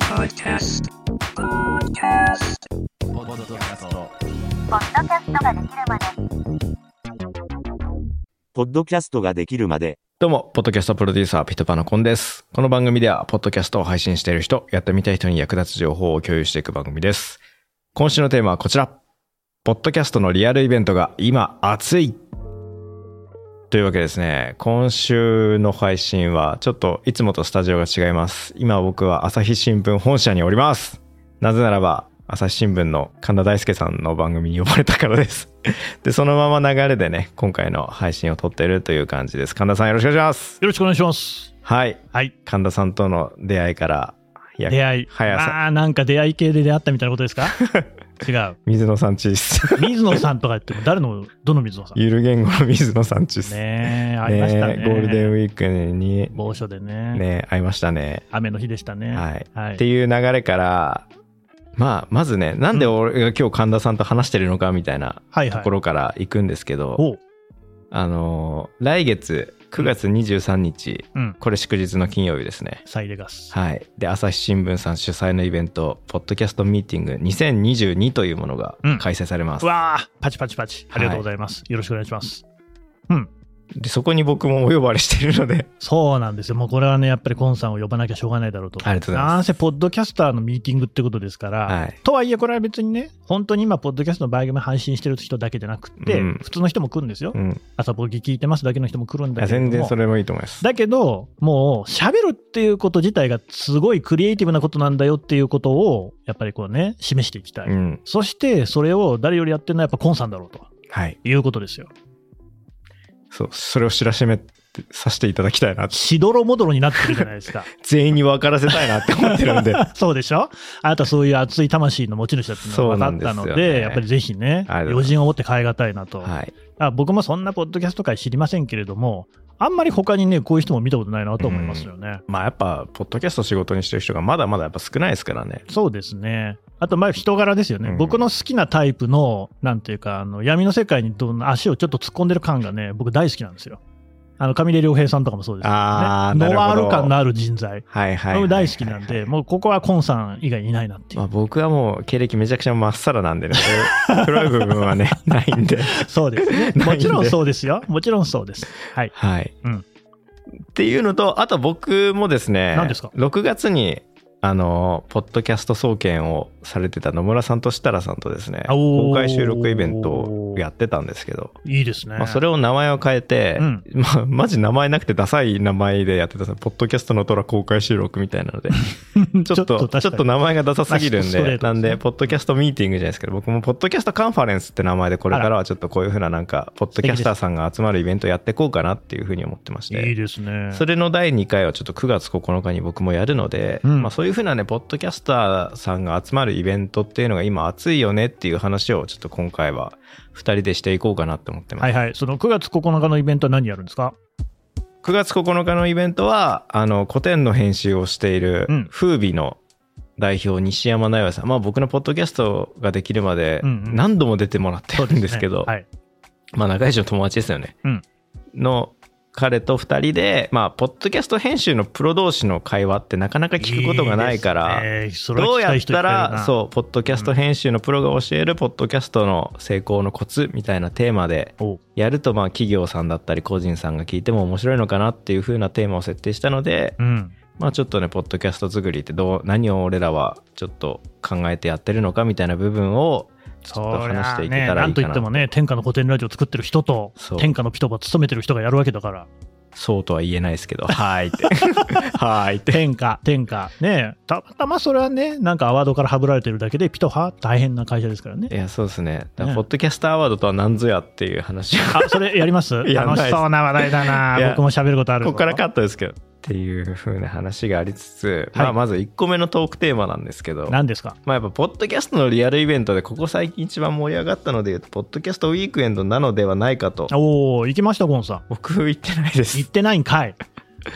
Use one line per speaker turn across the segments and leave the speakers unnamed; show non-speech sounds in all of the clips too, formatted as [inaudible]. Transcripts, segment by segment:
Podcast. Podcast.
ポッドキャスト。
ポッドキャストができるまで。
ポッドキャストができるまで、
どうも、ポッドキャストプロデューサー、ピトパのコンです。この番組では、ポッドキャストを配信している人、やってみたい人に役立つ情報を共有していく番組です。今週のテーマはこちら。ポッドキャストのリアルイベントが今熱いというわけですね。今週の配信は、ちょっといつもとスタジオが違います。今僕は朝日新聞本社におります。なぜならば、朝日新聞の神田大輔さんの番組に呼ばれたからです。 [laughs] で、そのまま流れでね、今回の配信を撮っているという感じです。神田さんよろしくお願いします。
よろしくお願いします。
はい。
はい。
神田さんとの出会いから、いや
出会い。
早さ
ああ、なんか出会い系で出会ったみたいなことで
[laughs]
すか違う。
水野さんちっす。 [laughs]
水野さんとか言っても、誰の、どの水野さん
ゆる言語の水野さんちっす。
ねえ、ありましたね。
ねゴールデンウィークに、
猛暑でね
ね、会いましたね。
雨の日でしたね。
はい。
はい。
っていう流れから、まあ、まずね、なんで俺が今日神田さんと話してるのかみたいな
はい
と
はい
こ。ろから行くんですけど、
おう
あのー来月9月23日、
うん。
これ祝日の金曜日ですね。
サイレガス。
はい。で、朝日新聞さん主催のイベント、ポッドキャストミーティング2022というものが
うん
開催されます。
うわあ、パチパチパチ。ありがとうございます。よろしくお願いします。
で、そこに僕もお呼ばれしているので、
そうなんですよ。もうこれはね、やっぱりコンさんを呼ばなきゃしょうがないだろうと。
ありがとうございます
なんせ、ポッドキャスターのミーティングってことですから、
[laughs] はい。
とはいえ、これは別にね、本当に今、ポッドキャストの番組配信してる人だけじゃなくて、
うん
普通の人も来るんですよ
う。ん。
朝ポッキ聞いてますだけの人も来るん
い
だ
や
けれども。
全然それもいいと思います。
だけど、もう、喋るっていうこと自体がすごいクリエイティブなことなんだよっていうことを、やっぱりこうね、示していきたい。
うん。
そして、それを誰よりやってるのはやっぱコンさんだろうと
はい。
いうことですよ。
そう、それを知らしめさせて [laughs] いただきたいな。
しどろもどろになってるじゃないですか。
全員に分からせたいなって思ってるん [laughs] で。
そうでしょあなたそういう熱い魂の持ち主だっていうのが分かったの
そうな
で、
んですよね
やっぱりぜひ
あ
ね、
りがとうございます
余人を持って変え難いなと。
はい。
あ僕もそんなポッドキャスト界知りませんけれども、あんまり他にね、こういう人も見たことないなと思いますよね。
まあやっぱ、ポッドキャスト仕事にしてる人がまだまだやっぱ少ないですからね。
そうですね。あと、まあ人柄ですよね、
うん
僕の好きなタイプの、なんていうか、あの闇の世界にどんな足をちょっと突っ込んでる感がね、僕大好きなんですよ。あの、上出良平さんとかもそうですけどね。
あーなる
ノワ
ほど
ール感のある人材。
はいはい、
僕大好きなんで、もうここはコンさん以外いないなってい
ま
う。
あ僕はもう経歴めちゃくちゃまっさらなんでね、 [laughs] そういう暗い部分はね、 [laughs] ないんで。
そうです
ない
ね。
んで
もちろんそうですよ。もちろんそうです。はい。
はい。
うん
っていうのと、あと僕もですね、
何ですか
6月に、あの、ポッドキャスト総研をされてた野村さんと設楽さんとですね、
あおー
公開収録イベントをやってたんですけど、
いいですね。
まあ、それを名前を変えて、
うん
まあ、マジ名前なくてダサい名前でやってたんですよポッドキャストの虎公開収録みたいな
[laughs]
ので、ちょっと、ちょっと名前がダサすぎるん
まあストレ
で、
ート
な
ですね
んで、ポッドキャストミーティングじゃないですけど、僕もポッドキャストカンファレンスって名前で、これからはちょっとこういうふうな、なんか、ポッドキャスターさんが集まるイベントやっていこうかなっていうふうに思ってまし
いい
て、
ですね。
それの第2回はちょっと9月9日に僕もやるので、
うん
まあ、そういうふうなね、ポッドキャスターさんが集まるイベントっていうのが今熱いよねっていう話を、ちょっと今回は2人でしていこうかなと思ってます
はい。はい。その9月9日のイベントは何やるんですか
9月9日のイベントはあの古典の編集をしている
うん
風美の代表西山奈也さん、まあ僕のポッドキャストができるまで
うんうん
何度も出てもらって
そう
るんですけど、
はい。
まあ中井氏の友達ですよね、
うん
の彼と2人でまあポッドキャスト編集のプロ同士の会話ってなかなか聞くことがないから
いいですね
どうやったら、
それは聞きたい人いっぱいいるな
そう、ポッドキャスト編集のプロが教える、ポッドキャストの成功のコツみたいなテーマで
おう
やると、まあ、企業さんだったり、個人さんが聞いても面白いのかなっていう風なテーマを設定したので、
うん。
まあ、ちょっとね、ポッドキャスト作りってどう、何を俺らはちょっと考えてやってるのかみたいな部分を、ちょっと
そり
話し
ゃ
てい
ね、
けたらいいかなと
んといってもね、天下の古典ラジオ作ってる人と
そう、
天下のピトパ務めてる人がやるわけだから、
そうとは言えないですけど、はーいって。 [laughs] はーいって。
[laughs] 天下、天下、ね、たまたまそれはね、なんかアワードからはぶられてるだけで、ピトハ、大変な会社ですから
い
ね。
や、そうですね。だから
ね
ポッドキャストアワードとは何ぞやっていう話を、
あ、それやります [laughs]
やんない
楽
です
しそうな話題だ
いや
な、僕も喋ることある
こ
ぞ
こからカットですけど。っていう風な話がありつつ、
はい
まあまず1個目のトークテーマなんですけど、
何ですか
まあやっぱポッドキャストのリアルイベントでここ最近一番盛り上がったので言うと、ポッドキャストウィークエンドなのではないかと、
おお行きました、ゴンさん。
僕言ってないで
行っ
す。
てないんかい。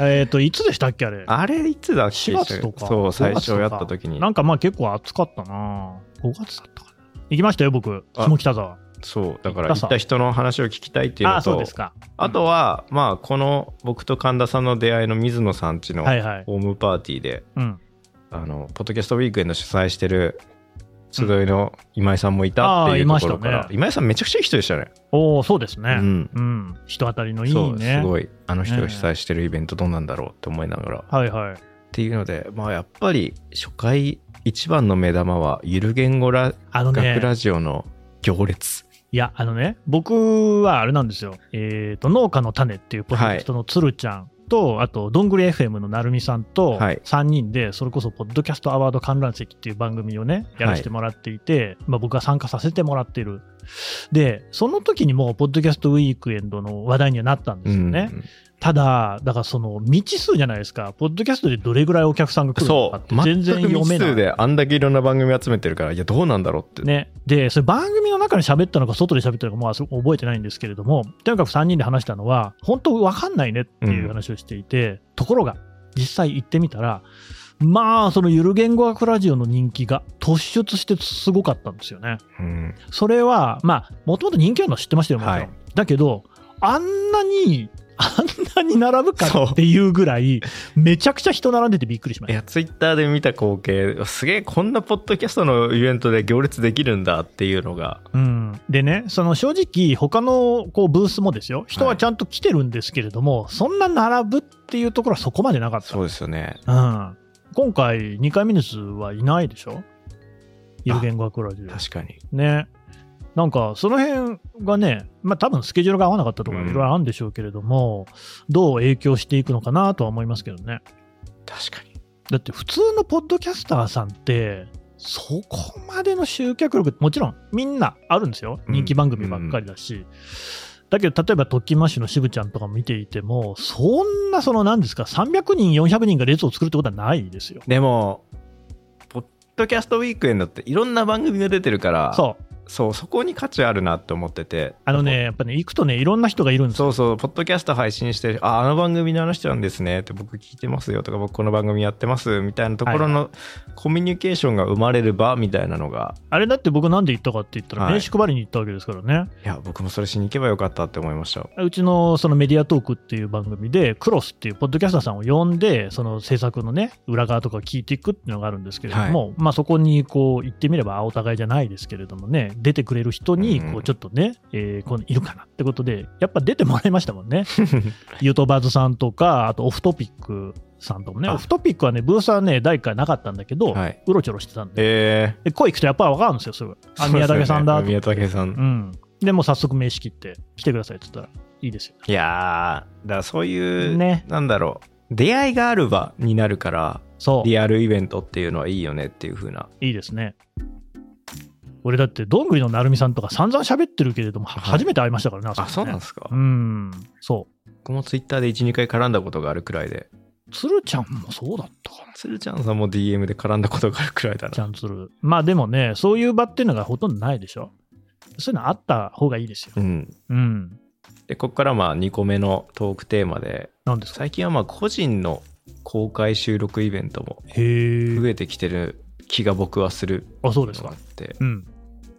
えっと、いつでしたっけ、あれ。
あれいつだっけ
4月とか。
そう、最初
5
や
月
っ
とか
た時に
な。んかまあ結構暑かったな5月だったかな。行きましたよ、僕。
あ
下北沢。
そう、だから
行った
行
さ
った人の話を聞きたいっていう
あ
の
あ、そう
と
です、か。
あとは、まあこの僕と神田さんの出会いの水野さんちの
はいはい。
ホームパーティーで、
うん。
あのポッドキャストウィークエンド主催してる集いの今井さんもいたってい
あーいう
と
まし
こ
たね
ろから、今井さんめちゃくちゃいい人でしたね。
おお、そうです
う
ね。
ん
うん。人当たりのい
そ
いうね
す。ごいあの人
ね
が
え
主催してるイベントどうなんだろうって思いながら、っ
はいはい。
ていうのでまあやっぱり初回一番の目玉はゆる言語ラ
あの
学
ね、
ラジオの行列、
いや、あのね、僕はあれなんですよ。えっ、と、農家の種っていうポッドキャストのつるちゃんと、あと、どんぐり FM のなるみさんと、
はい
3人で、それこそ、ポッドキャストアワード観覧席っていう番組をね、やらせてもらっていて、まあ僕が参加させてもらってる。で、その時にもう、ポッドキャストウィークエンドの話題にはなったんですよね。
うん
ただ、だからその未知数じゃないですか、ポッドキャストでどれぐらいお客さんが来るの
そ
か
う
って全然読
全
め
く
な
未
い。
知数であんだけいろんな番組集めてるからいやどうなんだろうって、
ね、で、それ番組の中で喋ったのか、外で喋ったのか、まあ、そ覚えてないんですけれども、とにかく3人で話したのは、本当わかんないねっていう話をしていて、ところが、実際行ってみたら、まあ、そのゆる言語学ラジオの人気が突出してすごかったんですよね。
うん
それは、まあ、もともと人気あるのは知ってましたよ、もちろん。
はい
だけど、あんなに、あんなに並ぶかっていうぐらい、めちゃくちゃ人並んでてびっくりしま
い
した。
やツイッターで見た光景すげえこんなポッドキャストのイベントで行列できるんだっていうのが
うん、でね、その正直、他のこうブースもですよ、人
は
はいちゃんと来てるんですけれども、そんな並ぶっていうところはそこまでなかった。
そうですよね
うん、今回、2回目の数はいないでしょ、ゆる言語学ラジ
確かに
オ。ね。なんか、その辺がね、まあ多分スケジュールが合わなかったとか、
う
い
ん
ろいろあるんでしょうけれども、どう影響していくのかなとは思いますけどね。
確かに
だって普通のポッドキャスターさんってそこまでの集客力もちろんみんなあるんですよ
うん
人気番組ばっかりだし、だけど例えば「トッキンマッシュ」のしぶちゃんとか見ていてもそんなその何ですか300人400人が列を作るってことはないですよ
でもポッドキャストウィークエンドっていろんな番組が出てるから
そう
そうそこに価値あるなって思ってて
あのねやっぱね行くとねいろんな人がいるんですよ
そうそうポッドキャスト配信してるああの番組の話なんですねって僕聞いてますよとか僕この番組やってますみたいなところのコミュニケーションが生まれる場みたいなのが
あれだって僕なんで行ったかって言ったら
はい
名刺配りに行ったわけですからね、
いや僕もそれしに行けばよかったって思いました
うちのそのメディアトークっていう番組で、クロスっていうポッドキャスターさんを呼んで、その制作のね、裏側とか聞いていくっていうのがあるんですけれども、まあそこにこう行ってみれば、お互いじゃないですけれどもね、出てくれる人に、
うん
こうちょっとね、えーこういるかなってことで、やっぱ出てもらいましたも
[laughs]
んね。ユートバーズさんとか、あとオフトピックさんともね、
あ
オフトピックはね、ブースはね、第1回なかったんだけど、
はいう
ろちょろしてたんで、
え
で声聞くとやっぱ分かるんですよ、すぐ。
ー
あ、宮武さんだ
そ
と
うですよね宮武さん、
うん。でもう早速名刺切って、来てくださいって言ったら、いいですよ。
いやーだからそういう、
ね
なんだろう出会いがある場になるから
そう。
リアルイベントっていうのはいいよねっていう風ない
いですね。俺だって、どんぐりのなるみさんとか散々喋ってるけれども、は初めて会いましたからね、
あそうなんですすか、
うん、そ
僕もツイッターで12回絡んだことがあるくらいで
う。つるちゃんもそうだったかな。
つるちゃんさんも DM で絡んだことがあるくらいだ
ち
な
ゃんつる。まあでもね、そういう場っていうのがほとんどないでしょ。そういうのあった方がいいですよ。
[laughs] うん
うん。
でここからまあ2個目のトークテーマで
なんですか
最近はまあ個人の公開収録イベントも
へえ。
増えてきてる気が僕はする
あ、そう
の
です
があ
か。
って
うん。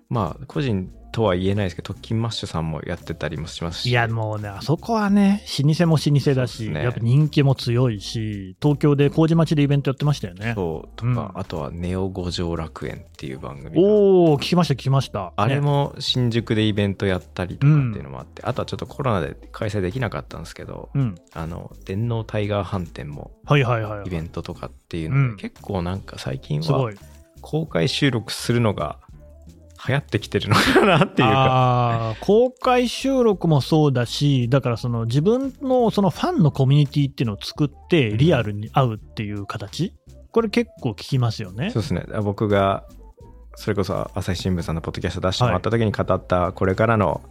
まあ個人とは言えないですけど特勤マッシュさんもやってたりもしますし
いや、もうね、あそこはね、老舗も老舗だ
そう
し、
っすね
やっぱ人気も強いし、東京で麹町でイベントやってましたよね。
そうとか、
うん
あとは「ネオ五条楽園」っていう番組が
おお聞きました、聞きました。
あれ
ね
も新宿でイベントやったりとかっていうのもあって、あとはちょっとコロナで開催できなかったんですけど、
うん。
あの電脳タイガー飯店も
はいはいはいは
イ
い。
ベントとかっていうので、
うん
結構なんか最近
すご。
はい公開収録するのが流行ってきてるのかなっていうか
あー公開収録もそうだし、だからその自分のそのファンのコミュニティっていうのを作って、リアルに会うっていう形、これ結構聞きますよね
そ。うですね僕がそれこそ朝日新聞さんのポッドキャスト出してもらった時に語ったこれからの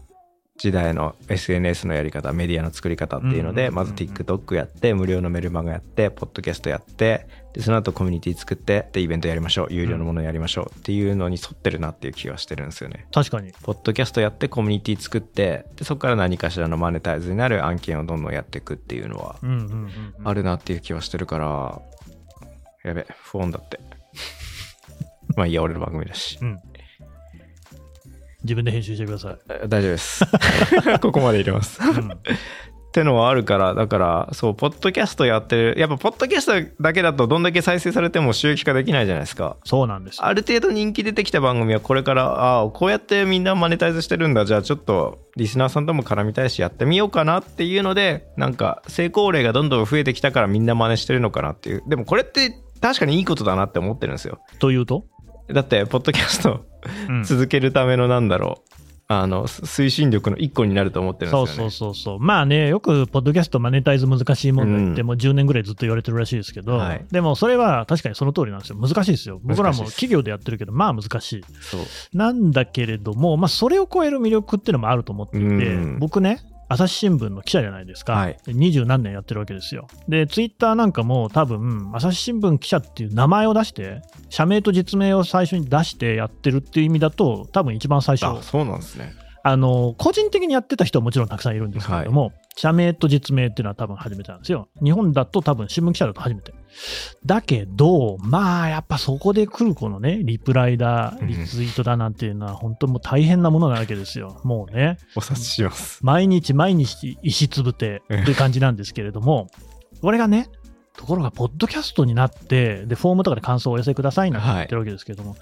時代の SNS のやり方メディアの作り方っていうので、
うん
まず TikTok やって無料のメルマガやってポッドキャストやってでその後コミュニティ作ってでイベントやりましょう有料のものやりましょうっていうのに沿ってるなっていう気がしてるんですよね。
確かに。
ポッドキャストやってコミュニティ作ってでそこから何かしらのマネタイズになる案件をどんどんやっていくっていうのは
うんうんうんうん
あるなっていう気はしてるから、やべ、不穏だって。 [laughs] まあいいや、俺の番組だし。
うん。自分で編集してくださ
[laughs]
い。
大丈夫です。ここまで入れます。っ
うん、
ってのはあるから、だから、そう、ポッドキャストやってる、やっぱ、ポッドキャストだけだと、どんだけ再生されても収益化できないじゃないですか。
そうなんです。
ある程度人気出てきた番組は、これから、ああ、こうやってみんなマネタイズしてるんだ、じゃあ、ちょっと、リスナーさんとも絡みたいし、やってみようかなっていうので、なんか、成功例がどんどん増えてきたから、みんな真似してるのかなっていう。でも、これって、確かにいいことだなって思ってるんですよ。
というと、
だって、ポッドキャスト、
うん
続けるためのなんだろうあのす推進力の一個になると思ってるんです
そ
よ
う
ね
そうそうそう。まあね、よくポッドキャストマネタイズ難しい問題って、
うん
もう10年ぐらいずっと言われてるらしいですけど、
はい
でもそれは確かにその通りなんですよ。難しいですよ。僕ら
難しい
も
です
企業でやってるけど、まあ難しい。
そう
なんだけれども、まあ、それを超える魅力っていうのもあると思っていて、
うん
僕ね、朝日新聞の記者じゃないですか、
はい
二十何年やってるわけですよ。で、ツイッターなんかも、多分朝日新聞記者っていう名前を出して、社名と実名を最初に出してやってるっていう意味だと、多分一番最初、
あそうなんですね
あの個人的にやってた人はもちろんたくさんいるんですけれども、社名と実名っていうのは多分初めてなんですよ。日本だと多分新聞記者だと初めて。だけど、まあやっぱそこで来るこのね、リプライだ、リツイートだなんていうのは本当もう大変なものなわけですよ。もうね、
お察しします
毎日毎日石つぶてという感じなんですけれども、これがね、ところが、ポッドキャストになって、で、フォームとかで感想をお寄せくださいなんて言ってるわけですけれども、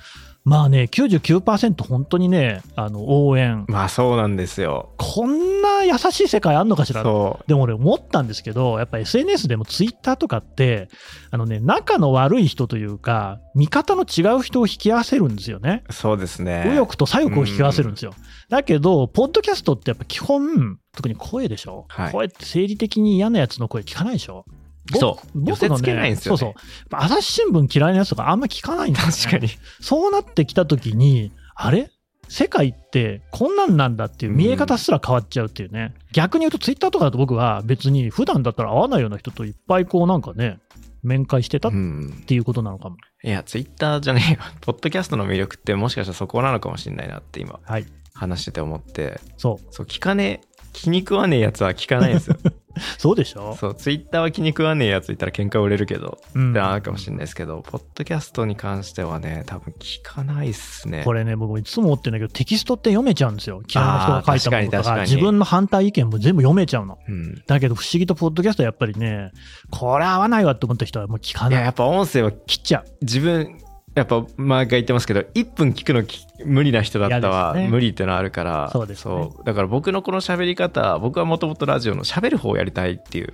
まあね、99%本当にね、あの、応援、
まあそうなんですよ
こんな優しい世界あんのかしら
そう
でも俺思ったんですけど、やっぱ SNS でも Twitter とかって、あのね、仲の悪い人というか、味方の違う人を引き合わせるんですよね。
そうですね
右翼と左翼を引き合わせるんですよ。だけど、ポッドキャストってやっぱ基本、特に声でしょ、
はい
声って生理的に嫌なやつの声聞かないでしょ僕
そう
僕の
寄せ付けないんで
ね、
す
そ
よね
うそう。やっぱ朝日新聞嫌いなやつとかあんま聞かないんですよ、ね。
確かに
そうなってきたときに、あれ世界ってこんなんなんだっていう見え方すら変わっちゃうっていうね、逆に言うと、ツイッターとかだと僕は別に普段だったら会わないような人といっぱいこうなんかね、面会してたっ
うん
ていうことなのかも。
いやツイッターじゃねえよ [laughs] ポッドキャストの魅力ってもしかしたらそこなのかもしれないなって今
はい、
話してて思って
そう、
そう聞かねえ気に食わねえやつは聞かないんです
[laughs]
よ
そうでしょ、
そうツイッターは気に食わねえやついたら喧嘩売れるけど
うん
ってあるかもしれないですけど、ポッドキャストに関してはね多分聞かないっすね
これね、僕もいつも思ってるんだけど、テキストって読めちゃうんですよ、嫌いな人が書いたもの
あー
と
確か
か、
に確かに
自分の反対意見も全部読めちゃうの。
うん
だけど、不思議とポッドキャストはやっぱりね、これ合わないわって思った人はもう聞か
いや
ない。
やっぱ音声は
切っちゃう。
自分やっぱ毎回言ってますけど1分聞くのき無理な人だったは
嫌ですね
無理ってのあるから
そうですね
そうだから僕のこの喋り方僕はもともとラジオの喋る方をやりたいっていう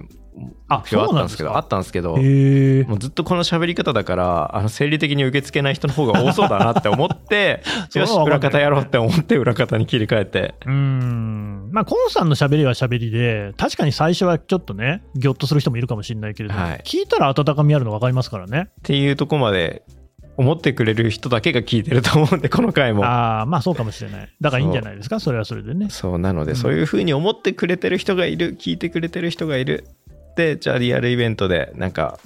あ
目標はあったんですけど
そう
あ
なんですか
ったんですけど
へえ。
もうずっとこの喋り方だからあの生理的に受け付けない人の方が多そうだなって思って
[laughs] それ
よ
は
し
わかん
裏方
ない
やろうって思って裏方に切り替えて
うーんまあ、コンさんの喋りは喋りで、確かに最初はちょっとね、ぎょっとする人もいるかもしれないけれども、
はい
聞いたら温かみあるの分かりますからね。
っていうとこまで思ってくれる人だけが聞いてると思うんでこの回も
ああ、まあそうかもしれない。だからいいんじゃないですか、それはそれでね。
そうなので、
うん
そういうふうに思ってくれてる人がいる聞いてくれてる人がいるでじゃあリアルイベントでなんか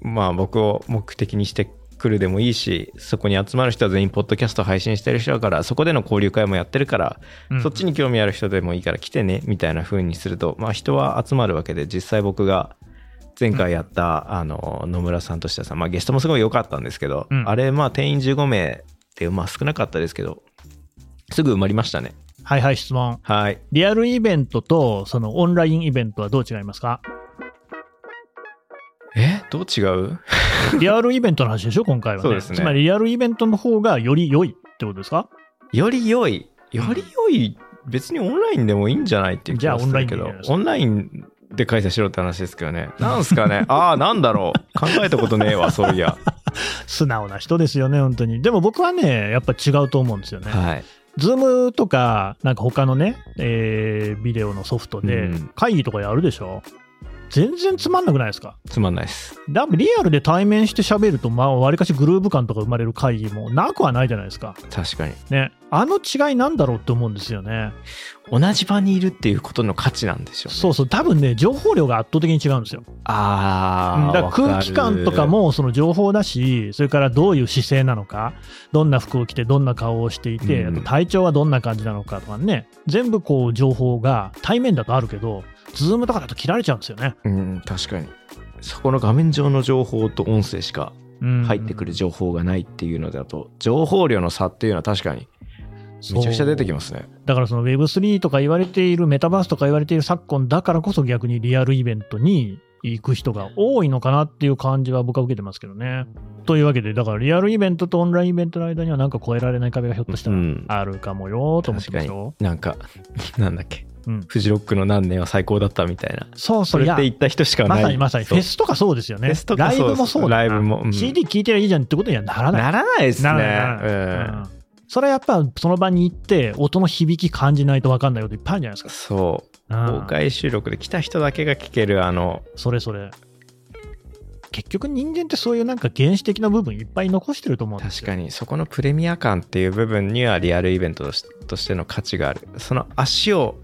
まあ僕を目的にしてくるでもいいしそこに集まる人は全員ポッドキャスト配信してる人だからそこでの交流会もやってるから、
うん
そっちに興味ある人でもいいから来てねみたいな風にするとまあ人は集まるわけで実際僕が前回やった、あの野村さんとしたさん、まあ、ゲストもすごい良かったんですけど、
うん
あれまあ定員15名ってまあ少なかったですけどすぐ埋まりましたね
はいはい、質問。
はい
リアルイベントとそのオンラインイベントはどう違いますか
えどう違う [laughs]
リアルイベントの話でしょ、今回は、ね。
そうですね
つまりリアルイベントの方がより良いってことですか
より良いより良い別にオンラインでもいいんじゃないっていう気
じゃあ
がするけど
オンラインでいいんじゃないで
オンラ
すか
インで開催しろって話ですけどねなんすかねああなんだろう考えたことねえわそうい
[laughs]
や
素直な人ですよね、本当に。でも僕はね、やっぱ違うと思うんですよね。
はい
ズームとか、なんか他のね、えービデオのソフトで
うん、
会議とかやるでしょ、全然つまんなくないですか
つまんないです
だリアルで対面して喋ると、まあ、わりかしグルーヴ感とか生まれる会議もなくはないじゃないですか。
確かに
ね。あの違いなんだろうって思うんですよね。
同じ場にいるっていうことの価値なんでしょうね
そうそう。多分ね、情報量が圧倒的に違うんですよ。う
あ
ん
あ
だから空気感とかもその情報だし、それからどういう姿勢なのか、どんな服を着て、どんな顔をしていて、
うん
あと体調はどんな感じなのかとかね、全部こう情報が対面だとあるけど、ズームとかだと切られちゃうんですよね。
うん確かにそこの画面上の情報と音声しか
うん
入ってくる情報がないっていうのだと情報量の差っていうのは確かにめちゃくちゃ出てき
す
ますね。
だからその Web3 とか言われている、メタバースとか言われている昨今だからこそ逆にリアルイベントに行く人が多いのかなっていう感じは僕は受けてますけどね。というわけで、だからリアルイベントとオンラインイベントの間にはなんか超えられない壁がひょっとした
う
ら
ん
あるかもよと思ってますよ。
なんか、 [laughs] なんだっけ、
うん
フジロックの何年は最高だったみたいな。
そう
そ
そう、い
れっ
や
て、言った人しかな
ま
い。
さにまさに、フ
そう
ェスとかそうですよね。
フェスとか
ライブもそうだな
ライブもうん
CD 聴いてりゃいいじゃんってことにはならない。
ならないですね。
ならないならない
うん
うんそれはやっぱその場に行って音の響き感じないと分かんないこといっぱいあるんじゃないですか。
そう、
うん
公開収録で来た人だけが聞ける、あの、
それそれ。結局人間ってそういうなんか原始的な部分いっぱい残してると思うんです
確
よ。
かにそこのプレミア感っていう部分にはリアルイベントとしとしての価値がある。その足を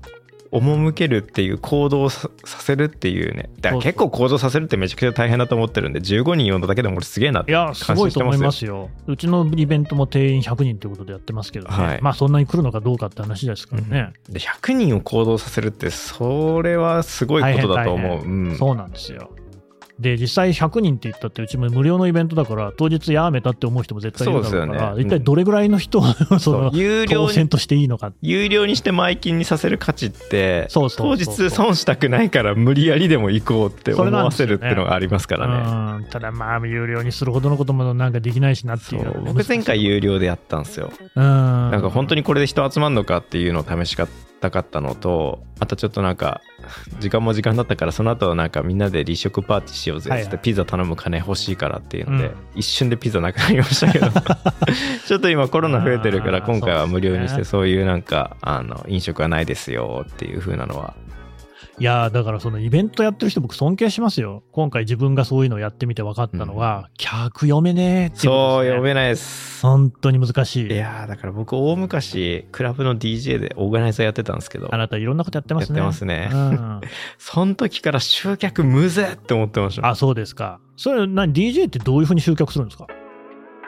赴けるっていう行動をささせるっていうね。だから
そうそう
結構行動させるってめちゃくちゃ大変だと思ってるんで、15人呼んだだけでも俺すげえなっ
い
て
や、
感
すご
心
い
し
と
てま
思
す
い
よ。
ますよ。うちのイベントも定員100人ということでやってますけどね、
はい
まあそんなに来るのかどうかって話ですからね、
で100人を行動させるってそれはすごいことだと
大変
思う。うん
そうなんですよ。で、実際100人って言ったって、うちも無料のイベントだから、当日やめたって思う人も絶対いるだろうから、
そうですよねうん
一体どれぐらいの人を、そ
そう
の
有料
当選
に
としていいのか、
有料にして前金にさせる価値って
そうそうそう
当日損したくないから無理やりでも行こうって
それ
思
なん
わ
です
せ
よね
るってのがありますからね。
うん、ただまあ、有料にするほどのこともなんかできないしなって
そ
いうのが
う
ね
僕前回
難しい
有料でやったんですよ。
うん、
な
なん
か本当にこれで人集まんのかっていうのを試したかったのとあとちょっとなんか時間も時間だったからその後なんかみんなで離職パーティーしようぜっつ
は
っ
いは
て
い
ピザ頼む金欲しいからっていうので、
うん
一瞬でピザなくなりました
[laughs]
けどちょっと今コロナ増えてるから
あー
今回は無料にし
そう
て
で
そういうなんかあの飲食はないですよっていう風なのはい
やーだからそのイベントやってる人僕尊敬しますよ今回自分がそういうのをやってみて分かったのは、客読めねえっていうこと
そう
ですね
読めないです
本当に難しい
いやーだから僕大昔クラブの DJ でオーガナイザーやってたんですけど
あなたいろんなことやってますね
やってますね
うん、
その時から集客むぜって思ってました
あそうですかそれ何 DJ ってどういうふうに集客するんですか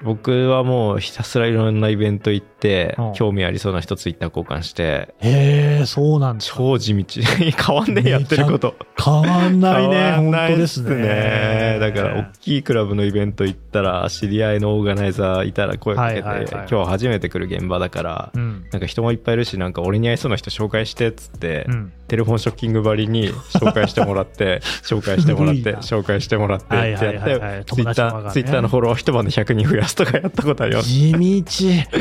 僕はもうひたすらいろんなイベント行って、
うん
興味ありそうな人ツイッター交換して
へえそうなんですか
超地道変わんねえやってること
[laughs] 変わんないね
変わんない
本当
っ
ですね
だから大きいクラブのイベント行ったら知り合いのオーガナイザーいたら声かけて、
はいはいはい
今日初めて来る現場だから、
うん
なんか人もいっぱいいるしなんか俺に合いそうな人紹介してっつって、
うん
テレフォンショッキングばりに紹介してもらって
[laughs]
紹介してもらっ
古い
て
な
紹介してもらってってやって、
はいはいはいはい
ツイ
友
ッ
達
タ
の輪が
ー
ね
ツイッターのフォロワー一晩で100人増やすとかやったことあります
地道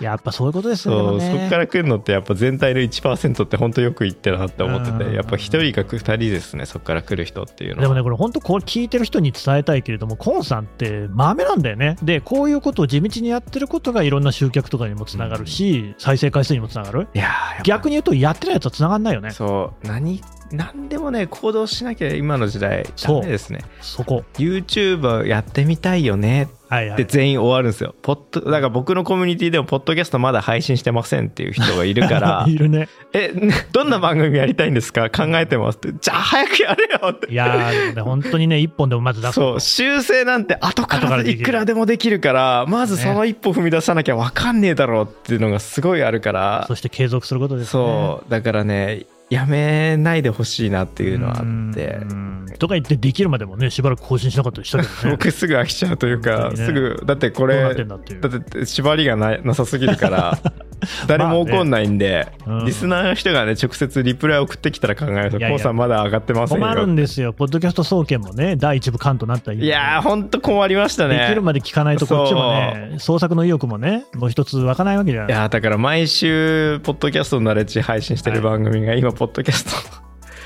やっぱそういうことですよねで
そ
も
う
ね
そこから来るのってやっぱ全体の1%って本当よく言ってるなって思って
うん
てやっぱ1人か2人ですねそこから来る人っていうの
でも
は
ね、これ本当、これ聞いてる人に伝えたいけれども、コンさんって豆なんだよね。で、こういうことを地道にやってることがいろんな集客とかにもつながるし、再生回数にもつながる。
いやーやっぱ
逆に言うと、やってないやつはつながんないよね。そ
そう何何でもね行動しなきゃ今の時代ダ
そう
メですね
こ。
YouTuber やってみたいよね
はい
っ
は
て
い。
全員終わるんですよポッドだから僕のコミュニティでもポッドキャストまだ配信してませんっていう人がいるから
[laughs] いるね。
えどんな番組やりたいんですか考えてますってじゃあ早くやれよって
いやー、でもね本当にね、一本でもまず出す。
そう修正なんて後か
後から
ら
できる
いくらでもできるからまずその一歩踏み出さなきゃ分かんねえだろうっていうのがすごいあるから、
そして継続することですね。
そうだからねやめないでほしいなっていうのはあって
うんとか言って、できるまでもね、しばらく更新しなかったりしたけどね。
僕すぐ飽きちゃうという
本当
か、
にね
すぐだってこ
どうな
れ
ってんだっていう
だ。って縛りがないなさすぎるから
[laughs]
誰も怒んないんで、
うん
リスナーの人がね直接リプライ送ってきたら考えると
いやいや
k o さんまだ上がってません
困るん
よ
ですよ。ポッドキャスト総研もね、第一部関東になった今
いやーほんと困りましたね
できるまで聞かないとこっちもね創作の意欲もねもう一つ湧かないわけじゃ
い
ない
やーだから毎週ポッドキャストのナレッジ配信してる番組が今ポッドキャス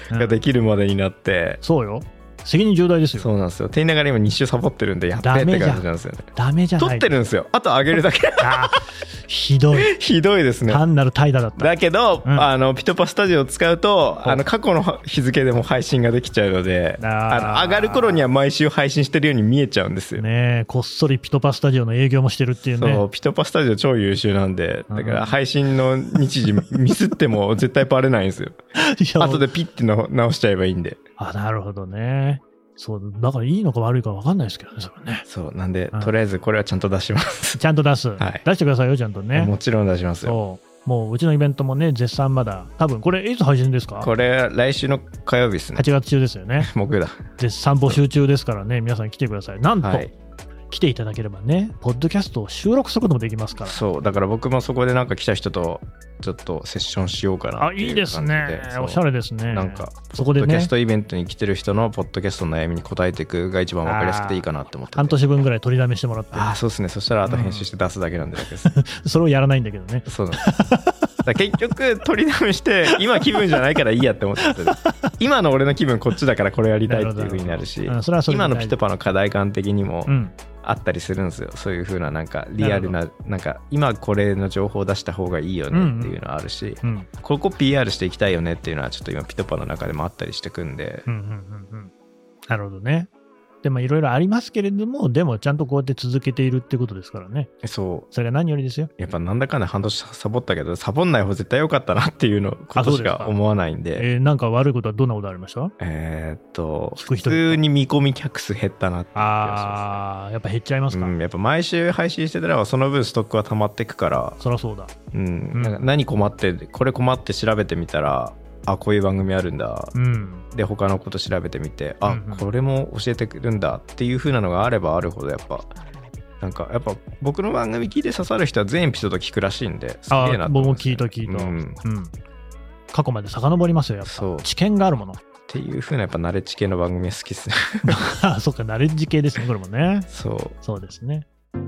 う
ト
ん
ができるまでになって、
そうよ責任重大ですよ
そうなんですよて言いながら今2週サボってるんでやっべーって感じなんですよね
ダメじゃ
撮
な
っ
い
てるんですよあと上げるだけ [laughs]
あひどい
ひどいですね
単なる怠惰だった
だけど、
うん
あのピトパスタジオを使うと
そう
あの過去の日付でも配信ができちゃうので
あ
あ
ー
の上がる頃には毎週配信してるように見えちゃうんですよ、
ねえこっそりピトパスタジオの営業もしてるっていうね
そうピトパスタジオ超優秀なんでだか
うん
ら配信の日時ミスっても絶対バレないん
[laughs]
ですよ
いや
後でピッての直しちゃえばいいんで
あなるほどねそうだからいいのか悪いか分かんないですけどねそれね
そうなんで、
うん
とりあえずこれはちゃんと出します、
ちゃんと出す、
はい
出してくださいよちゃんとね
[laughs] もちろん出しますよ
そうもううちのイベントもね絶賛まだ多分これいつ配信ですか
これ来週の火曜日ですね
8月中ですよね
木曜だ
絶賛募集中ですからね皆さん来てくださいなんと、
はい
来ていただければね、ポッドキャストを収録することもできますから。
そう、だから僕もそこでなんか来た人と、ちょっとセッションしようかな
あ、
っていう感じで。
いいですね。
そう
おしゃれですね。
なんか、
そこで
ポッドキャ
ね
ス、トイベントに来てる人のポッドキャストの悩みに答えていくが一番わかりやすくていいかなって思ってて
半年分ぐらい取りだめしてもらって、
ああ、そうですね。そしたら、あと編集して出すだけなんで、です
それをやらないんだけどね。
そうなんです。だから結局、取りだめして、今気分じゃないからいいやって思っちゃってる。
[laughs]
今の俺の気分、こっちだからこれやりたいっていうふうになるし、
うんそれはそれで
今
大丈
の
夫
ピトパの課題感的にも
うん。
あったりするんですよ。そういうふうな、なんかリアルな、なんか今これの情報を出した方がいいよねっていうのはあるし、
うん。うん
ここ PR していきたいよねっていうのは、ちょっと今、ピトパの中でもあったりしてくんで
う、ん。うん。うん。なるほどね。でもいろいろありますけれども、でもちゃんとこうやって続けているってことですからね。
そう。
それが何よりですよ。
やっぱなんだかんだ半年サボったけど、サボんない方絶対良かったなっていうのことし
あそうです
か
か
思わないんで。
えーなんか悪いことはどんなことありました
えーっと、
聞く
普
人
通に見込み客数減ったなっていう気がします
あー、やっぱ減っちゃいますか。
うん、やっぱ毎週配信してたらその分ストックは溜まってくから、
そりゃそうだ。
うん
ん
なんか何困ってこれ困って調べてみたらあこういう番組あるんだ
うん。
で他のこと調べてみてあ、
うんうん
これも教えてくるんだっていう風なのがあればあるほどやっぱなんかやっぱ僕の番組聞いて刺さる人は全エピソード聞くらしいんですげ
あ
えな
ー、
と思
僕
うん
も
です
聞い
よ
た聞いた。
う
うん
ん、っ
過去まで遡りますよ、やっ
そう
ぱ。知見があるもの。 [laughs]
ていう風なやっぱナレッジ系の番組は好きですね
あそっか、ナレッジ系ですね、これもね。
そう
そうですね。
っ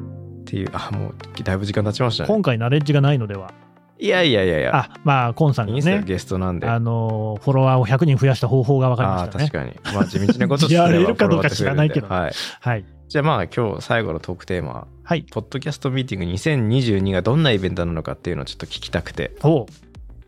ていうあもうだいぶ時間経ちましたね
今回、ナレッジがないのでは。
いやいやいやいや
あ、まあ、コンさん
い
が
いんすよ
ね、
ゲストなんで
あ
あ
のー、フォロワーを100人増やした方法が分かり
あ
ま
ー
したね
確。かにまあ地道なことす
[laughs] や
れ
れ
ば
るかどうか知らないけど
フォロワーって増えるんではい、
はい。
じゃあまあ今日最後のトークテーマ
はい。
ポッドキャストミーティング2022がどんなイベントなのかっていうのをちょっと聞きたくて
おう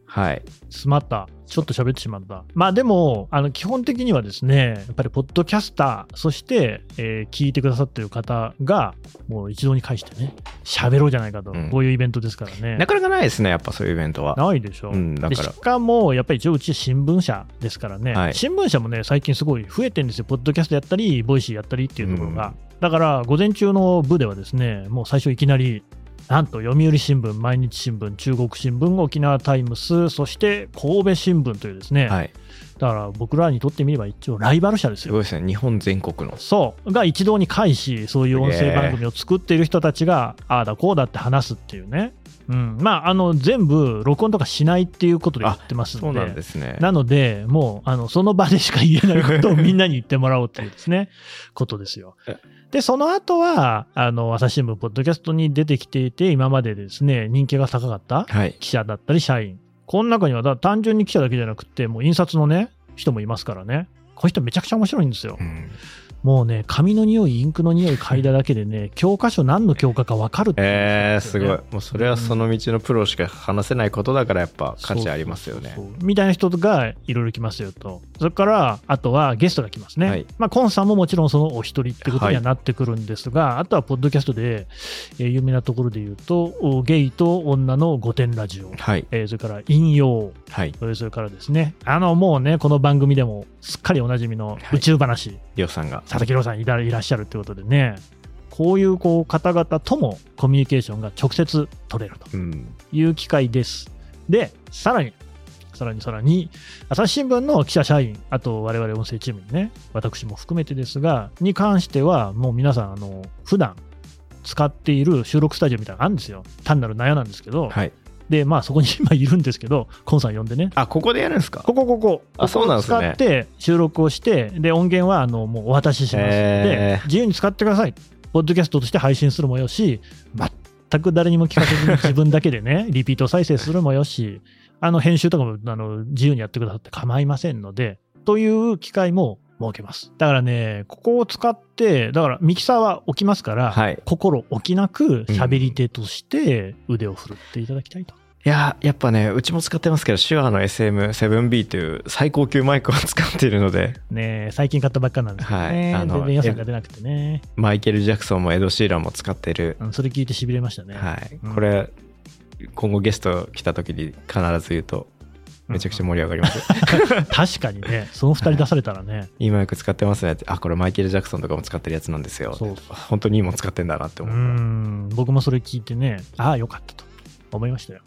はい
すまった。ちょっと喋ってしまった。まあでも、あの基本的にはですね、やっぱりポッドキャスター、そして、えー聞いてくださってる方が、もう一堂に会してね、喋ろうじゃないかと、
うん
こういうイベントですからね。
なかなかないですねやっぱそういうイベントは
ないでしょ。
うんだ
で
か
し
ら
かも、やっぱり一応、うち新聞社ですからね、
はい
新聞社もね、最近すごい増えてるんですよ、ポッドキャストやったり、ボイシーやったりっていうところが。だから、午前中の部ではですね、もう最初いきなり、なんと読売新聞、毎日新聞、中国新聞、沖縄タイムス、そして神戸新聞というですね、
はい
だから僕らにとってみれば一応ライバル社です
す
よ。
ごいですね日本全国の
そうが一堂に会し、そういう音声番組を作っている人たちが、ああだこうだって話すっていうね、うんまあ、あの全部録音とかしないっていうことで言ってますんで、
そうなんですね
なので、もうあのその場でしか言えないことをみんなに言ってもらおうっていうで
[laughs]
すね、ことですよ
え。
で、その後は、あの朝日新聞、ポッドキャストに出てきていて、今までですね、人気が高かった
はい
記者だったり社員この中にはだ単純に記者だけじゃなくてもう印刷のね人もいますからねこういう人めちゃくちゃ面白いんですよ
うん
もうね紙の匂いインクの匂
[laughs]
い嗅いだだけでね教科書何の教科か分かるっていう
えー、
やつですよ
ご
ね
いもうそれはその道のプロしか話せないことだからやっぱ価値ありますよね
そうそうそうそうみたいな人がいろいろ来ますよとそれからあとはゲストが来ますね、
はい
まあ、コンさんももちろんそのお一人ってことにはなってくるんですが、あとはポッドキャストで、えー有名なところで言うとおゲイと女の御殿ラジオ、
はい
えーそれから引用
はい
えーそれからですね、あのもうね、この番組でもすっかりおなじみの宇宙話、
りょうさんが
佐々木朗さんいらいらっしゃるということでね、こういうこう方々ともコミュニケーションが直接取れると
うん
いう機会です。で、さらに、さらにさらに、朝日新聞の記者社員、あと我々音声チームにね、私も含めてですが、に関しては、もう皆さん、あの普段使っている収録スタジオみたいなのがあるんですよ。単なる納屋なんですけど、
はい
で、まあそこに今いるんですけど、コンさん呼んでね、
あここでやるんですか
ここここ
あそうなんですね
ここを使って収録をしてで音源はあのもうお渡しします、
へ
で
ー
自由に使ってくださいポッドキャストとして配信するもよし全く誰にも聞かせ
[laughs]
ずに自分だけでねリピート再生するもよしあの編集とかもあの自由にやってくださって構いませんのでという機会も設けますだからねここを使ってだからミキサーは置きますから、
はい
心置きなく喋り手として腕を振るっていただきたいと、
いやーやっぱねうちも使ってますけど手話の SM7B という最高級マイクを使っているので
ねえ最近買ったばっかなんですけどね、
はいあの
全然予算が出なくてね、
マイケル・ジャクソンもエド・シーランも使ってる、
うんそれ聞いてしびれましたね、
はい
うん
これ今後ゲスト来た時に必ず言うとめちゃくちゃ盛り上がります、
[laughs] 確かにねその2人出されたらね、
いいマイク使ってますねってあこれマイケル・ジャクソンとかも使ってるやつなんですよ
そう
本当にいいもん使ってんだなって
う
思う、
ん僕もそれ聞いてねああよかったと思いましたよ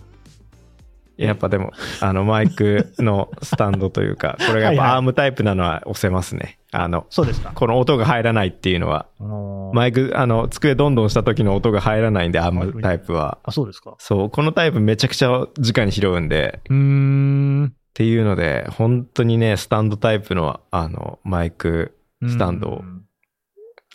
やっぱでも、あの、マイクのスタンドという
[laughs]
か、これがやっ
はいはい
ぱアームタイプなのは押せますね。あの、
そうですか。
この音が入らないっていうのは、
あのー
マイク、あの、机どんどんした時の音が入らないんで、アームタイプは。
あ、そうですか。
そう、このタイプめちゃくちゃ直に拾うんで、
うーん。
っていうので、本当にね、スタンドタイプの、あの、マイク、スタンドを
うん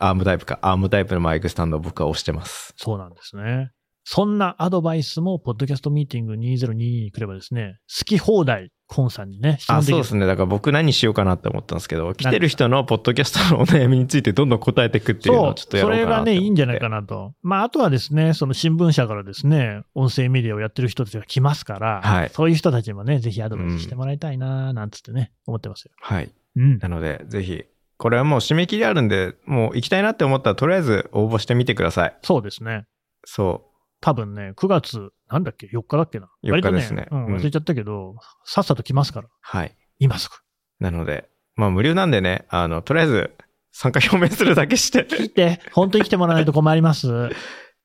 アームタイプか、アームタイプのマイクスタンドを僕は押してます。
そうなんですね。そんなアドバイスも、ポッドキャストミーティング2022に来ればですね、好き放題、コンさんにね、質問
あ、
でき
そう
る
ですね。だから僕何しようかなって思ったんですけど、来てる人のポッドキャストのお [laughs] 悩みについてどんどん答えていくっていうのをちょっとや
そ
ろう
れ
かな
が
って思
ね、
って
いいんじゃないかなと。まあ、あとはですね、その新聞社からですね、音声メディアをやってる人たちが来ますから、
はい
そういう人たちにもね、ぜひアドバイスしてもらいたいな、なんつってね、思ってますよ。
はい。
うん。
なので、ぜひ、これはもう締め切りあるんで、もう行きたいなって思ったら、とりあえず応募してみてください。
そうですね。
そ
多分ね、9月、なんだっけ、4日だっけな。
4日です
割
ね
とうん
うん
忘れちゃったけど、さっさと来ますから、
う。はい。
今すぐ。
なので、まあ無料なんでね、あの、とりあえず参加表明するだけ
[laughs]
して。
来て、本当に来てもらわないと困
[laughs]
ります。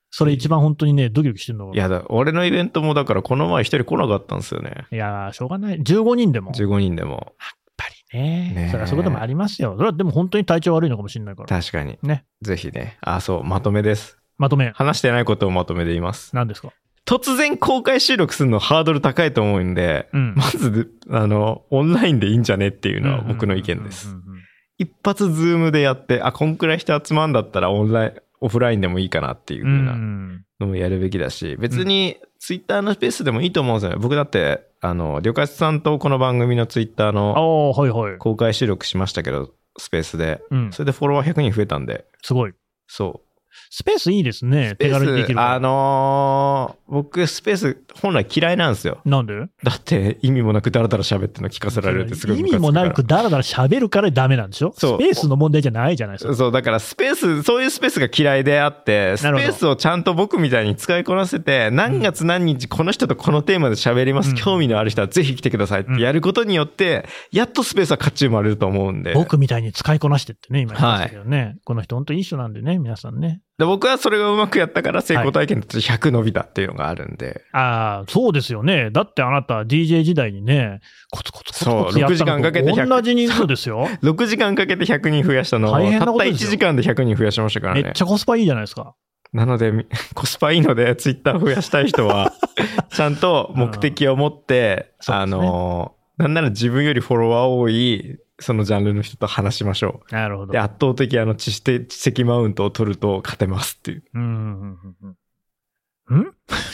それ一番本当にね、ドキドキしてるのが。
いやだ、俺のイベントもだからこの前一人来なかったんですよね。
いやー、しょうがない。15人でも。やっ
15人でも。
ぱりね。
ねえ
それはそういうこともありますよ。それはでも本当に体調悪いのかもしれないから。
確かに。
ね。
ぜひね。あ、そう、まとめです。
まとめ、
話してないことをまとめで言います。
何ですか
突然公開収録するのハードル高いと思うんで、
うん
まず、あの、オンラインでいいんじゃねっていうのは僕の意見で
うん
す
う。んうんうんうん
一発ズームでやって、あ、こんくらい人集まんだったらオンライン、オフラインでもいいかなっていうふうな
うん
のもやるべきだし、別にツイッターのスペースでもいいと思うんですよね。僕だって、あの、旅客さんとこの番組のツイッター
ああ
の
ー、はいはい。
公開収録しましたけど、スペースで。
うん
それでフォロワー100人増えたんで、
すごい。
そう。
スペースいいですね。手軽にできるから。
あのー僕スペース本来嫌いなんですよ。
なんで
だって意味もなくダラダラ喋ってんの聞かせられるってすごい
意
ムカつ
味
くか
も
ら
なくだらだら喋るからダメなんでしょスペ
そう
ースの問題じゃないじゃないですか。
そうだからスペースそういうスペースが嫌いであってスペ
なるほど
ースをちゃんと僕みたいに使いこなせて何月何日この人とこのテーマで喋ります、
うん
興味のある人はぜひ来てくださいっ
うん
てやることによってやっとスペースは勝ち生まれると思うんで
僕みたいに使いこなしてってね、今言いましたけどね。この人本当いい人なんでね、皆さんね。
で僕はそれがうまくやったから成功体験として100伸びたっていうのがあるんで、
ああ、そうですよね。だってあなた DJ 時代にね、コツコツコツコツやった
そう6時間
の
かけて
と
100
同じ人数で
[laughs]
すよ。
6時間かけて100人増やしたのを
大変
た
なこ
っ
と
た
ですよ
1時間で100人増やしましたから
め
ね
っちゃコスパいいじゃないですか。
なので、み [laughs] コスパいいので、ツイッター増やしたい人 [laughs] は、ちゃんと目的を持って、
うん
あ
そうです
の、なんなら自分よりフォロワー多い、そのジャンルの人と話しましょ
なるほ
う。
ど。
で、圧倒的あの知識、知識マウントを取ると勝てますっていう。
うんうんうんうん。ん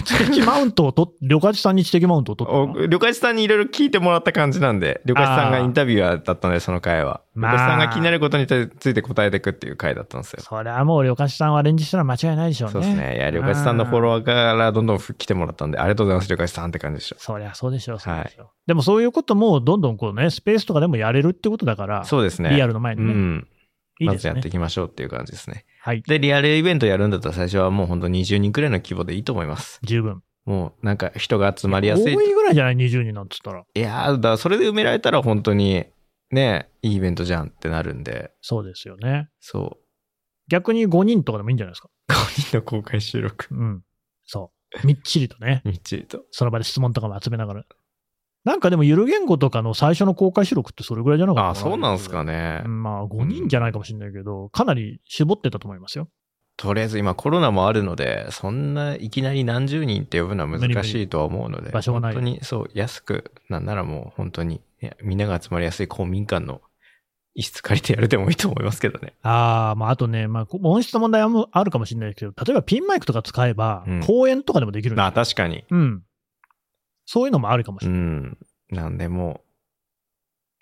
知的マウントを取っ、旅館さんに知的マウントを取ったの
お旅館さんにいろいろ聞いてもらった感じなんで、旅館さんがインタビュアーだったので、その回は。旅
まあ
館さんが気になることについて答えていくっていう回だったんですよ。
それはもう旅館さんはアレンジしたら間違いないでしょうね。
そうですね。いや、旅館さんのフォロワーからどんどん来てもらったんで、ありがとうございます、旅館さんって感じでした。
そりゃそうでしょう、そう
はい
でしょう。でもそういうこともどんどんこうね、スペースとかでもやれるってことだから、
そうですね。
リアルの前に
う
ね。
ん。
いい
ま
で
ず
す
やって
ね
い。きましょうっていう感じですね。
はい。
で、リアルイベントやるんだったら最初はもうほんと20人くらいの規模でいいと思います。
十分。
もうなんか人が集まり
多
やすい。
いぐらいじゃない ?20 人なんつったら。
いやー、だからそれで埋められたら本当にね、いいイベントじゃんってなるんで、
そうですよね。
そ
逆に5人とかでもいいんじゃないですか。
う。5人の公開収録。
うん。そう。みっちりとね、
みっちりと。
その場で質問とかも集めながら。なんかでも、ゆる言語とかの最初の公開収録ってそれぐらいじゃなかった
[laughs] あー、そうなんすか
ね。
ね。
まあ、5人じゃないかもしれないけど、かなり絞ってたと思いますよ。
とりあえず今コロナもあるので、そんないきなり何十人って呼ぶのは難しいとは思うので、
場所がない
本当にそう、安く、なんならもう本当に、いやみんなが集まりやすい公民館の一室借りてやるでもいいと思いますけどね。
ああ、まあ、あとね、まあ、こ音質の問題もあるかもしれないけど、例えばピンマイクとか使えば
うん、
公演とかでもでき [laughs] るんです
まあ
よ
確かに。
うん。そういうのもあるかもし
う
れない。
ん。なんでも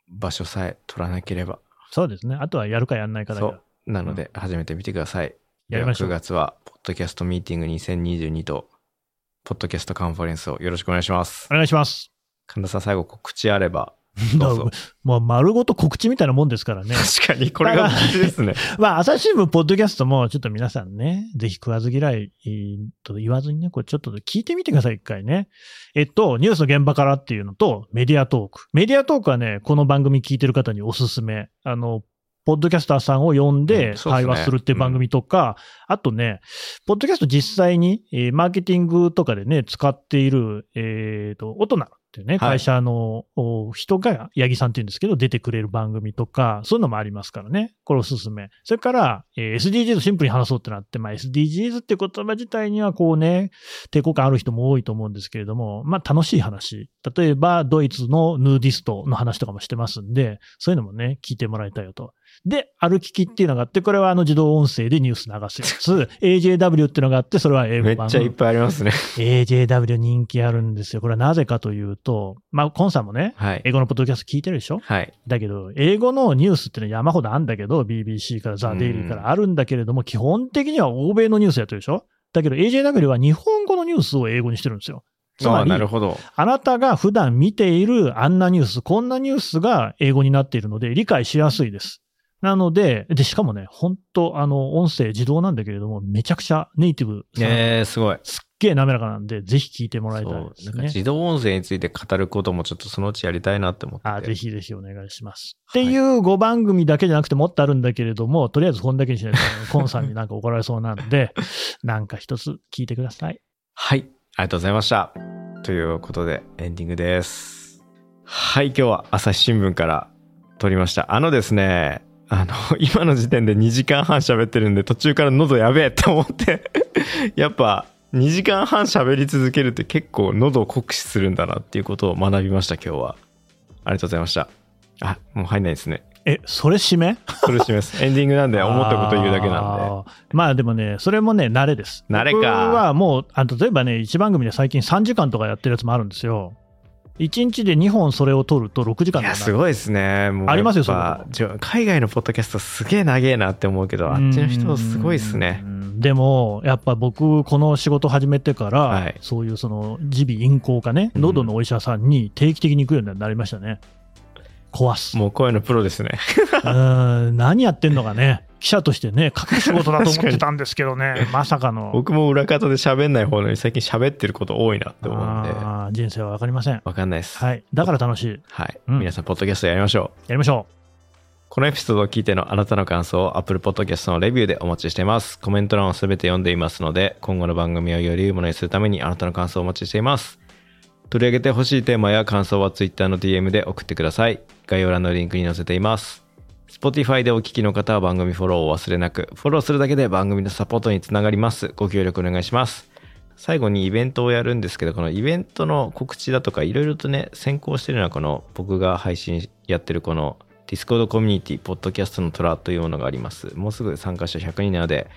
う、場所さえ取らなければ。
そうですね。あとはやるかやんないかだけ
そ
ど
う。。なので、始めてみてください。
やりましょう
9月は、ポッドキャストミーティング2022と、ポッドキャストカンファレンスをよろしくお願いします。
お願いします。
神田さん、最後、告知あれ
[laughs]
ば。どうぞ。
もう丸ごと告知みたいなもんですからね。
確かに、これが告知
[laughs]
ですね。
まあ、朝日新聞、ポッドキャストも、ちょっと皆さんね、ぜひ食わず嫌いえーと言わずにね、これちょっと聞いてみてください、一回ね。えっと、ニュースの現場からっていうのと、メディアトーク。メディアトークはね、この番組聞いてる方におすすめ。あの、ポッドキャスターさんを呼ん
う
で
んそうっすね
会話するっていう番組とか、あとね、ポッドキャスト実際に、えーマーケティングとかでね、使っている、えっ、と、オトナっていうね、
はい
会社の、お人が、八木さんっていうんですけど、出てくれる番組とか、そういうのもありますからね。これおすすめ。それから、えー SDGs をシンプルに話そうってなって、まあ SDGs って言葉自体にはこうね、抵抗感ある人も多いと思うんですけれども、まあ楽しい話。例えば、ドイツのヌーディストの話とかもしてますんで、そういうのもね、聞いてもらいたいよと。で、歩ききっていうのがあって、これはあの自動音声でニュース流すや
[laughs]
つ。AJW っていうのがあって、それは英
め
語
っ
版。
ちゃいっぱいありますね。
AJW 人気あるんですよ。これはなぜかというと、まあ、コンさんもね、
はい
英。語のポッドキャスト聞いてるでしょ
はい。
だけど、英語のニュースってのは山ほどあるんだけど、BBC からザ・デイリーからあるんだけれども、基本的には欧米のニュースやってるでしょだけど AJW は日本語のニュースを英語にしてるんですよ。つ
あ
ま
あ、
り、
なる
あ
ほど。
なたが普段見ているあんなニュース、こんなニュースが英語になっているので、理解しやすいです。なので、で、しかもね、本当あの、音声自動なんだけれども、めちゃくちゃネイティブさん、
ねえ、すごい。
すっげえ滑らかなんで、ぜひ聞いてもらい
そ
た
う
い
な
です
んか
ね。
自動音声について語ることもちょっとそのうちやりたいなって思ってて。
あぜひぜひお願いします。っ
は
て
い
いう5番組だけじゃなくてもっとあるんだけれども、とりあえずこんだけに
[laughs]
しないと、コンさんになんか怒られそうなんで、なんか一つ聞いてください。
はい。ありがとうございました。ということで、エンディングです。はい。今日は朝日新聞から撮りました。あのですね、あの、 [laughs] 今の時点で2時間半喋ってるんで、途中から喉やべえって思って、 [laughs] やっぱ2時間半喋り続けるって結構喉を酷使するんだなっていうことを学びました、今日は。ありがとうございました。あ、もう入んないですね。
え、それ締め
それします。エンディングなんで思ったこと言うだけなんで。
んで。まあでもね、それもね、慣れです。
慣れか
僕はもう、あ例えばね、1番組で最近3時間とかやってるやつもあるんですよ。1日で2本それを撮ると6時間
い
とか
や、
な
すごいですね。もう
ありますよ
やっぱ
そういう
じょ海外のポッドキャストすげえ長えなって思うけど、あっちの人すごいですね
う。ん。でも、やっぱ僕、この仕事始めてから、
はい
そういうその耳鼻咽喉科ね、
うん
喉のお医者さんに定期的に行くようになりましたね。壊す。
もう声のプロですね。
うん何やってんのかね、記者としてね、書く仕事だと思ってたんですけど
[laughs]
ね、まさかの。
僕も裏方で喋んない方なのに最近喋ってること多いなって思うんで、わ
あー人生は分かりません。
かんないです。はい。
はい。だから楽しい。やうん
皆さん、ポッドキャストやりましょう。
りましょ
このエピソードを聞いてのあなたの感想を Apple Podcast のレビューでお待ちしています。コメント欄をすべて読んでいますので、今後の番組をより良いものにするためにあなたの感想をお待ちしています。取り上げてほしいテーマや感想は Twitter の DM で送ってください。概要欄のリンクに載せています。Spotify でお聞きの方は番組フォローをお忘れなく、フォローするだけで番組のサポートにつながります。ご協力お願いします。最後にイベントをやるんですけど、このイベントの告知だとか、いろいろとね、先行してるのは、この僕が配信やってるこの Discord コミュニティ、ポッドキャストの虎というものがあります。もうすぐ参加者100人なので、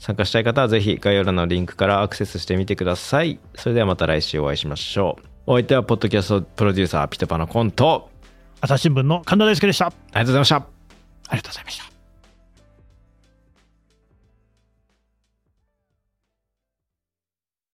参加したい方はぜひ概要欄のリンクからアクセスしてみてください。それではまた来週お会いしましょう。お相手は、ポッドキャストプロデューサー、ピトパのコント。
う。朝日新聞の神田大輔でした。あり
ありがとうございました。
がとうございました。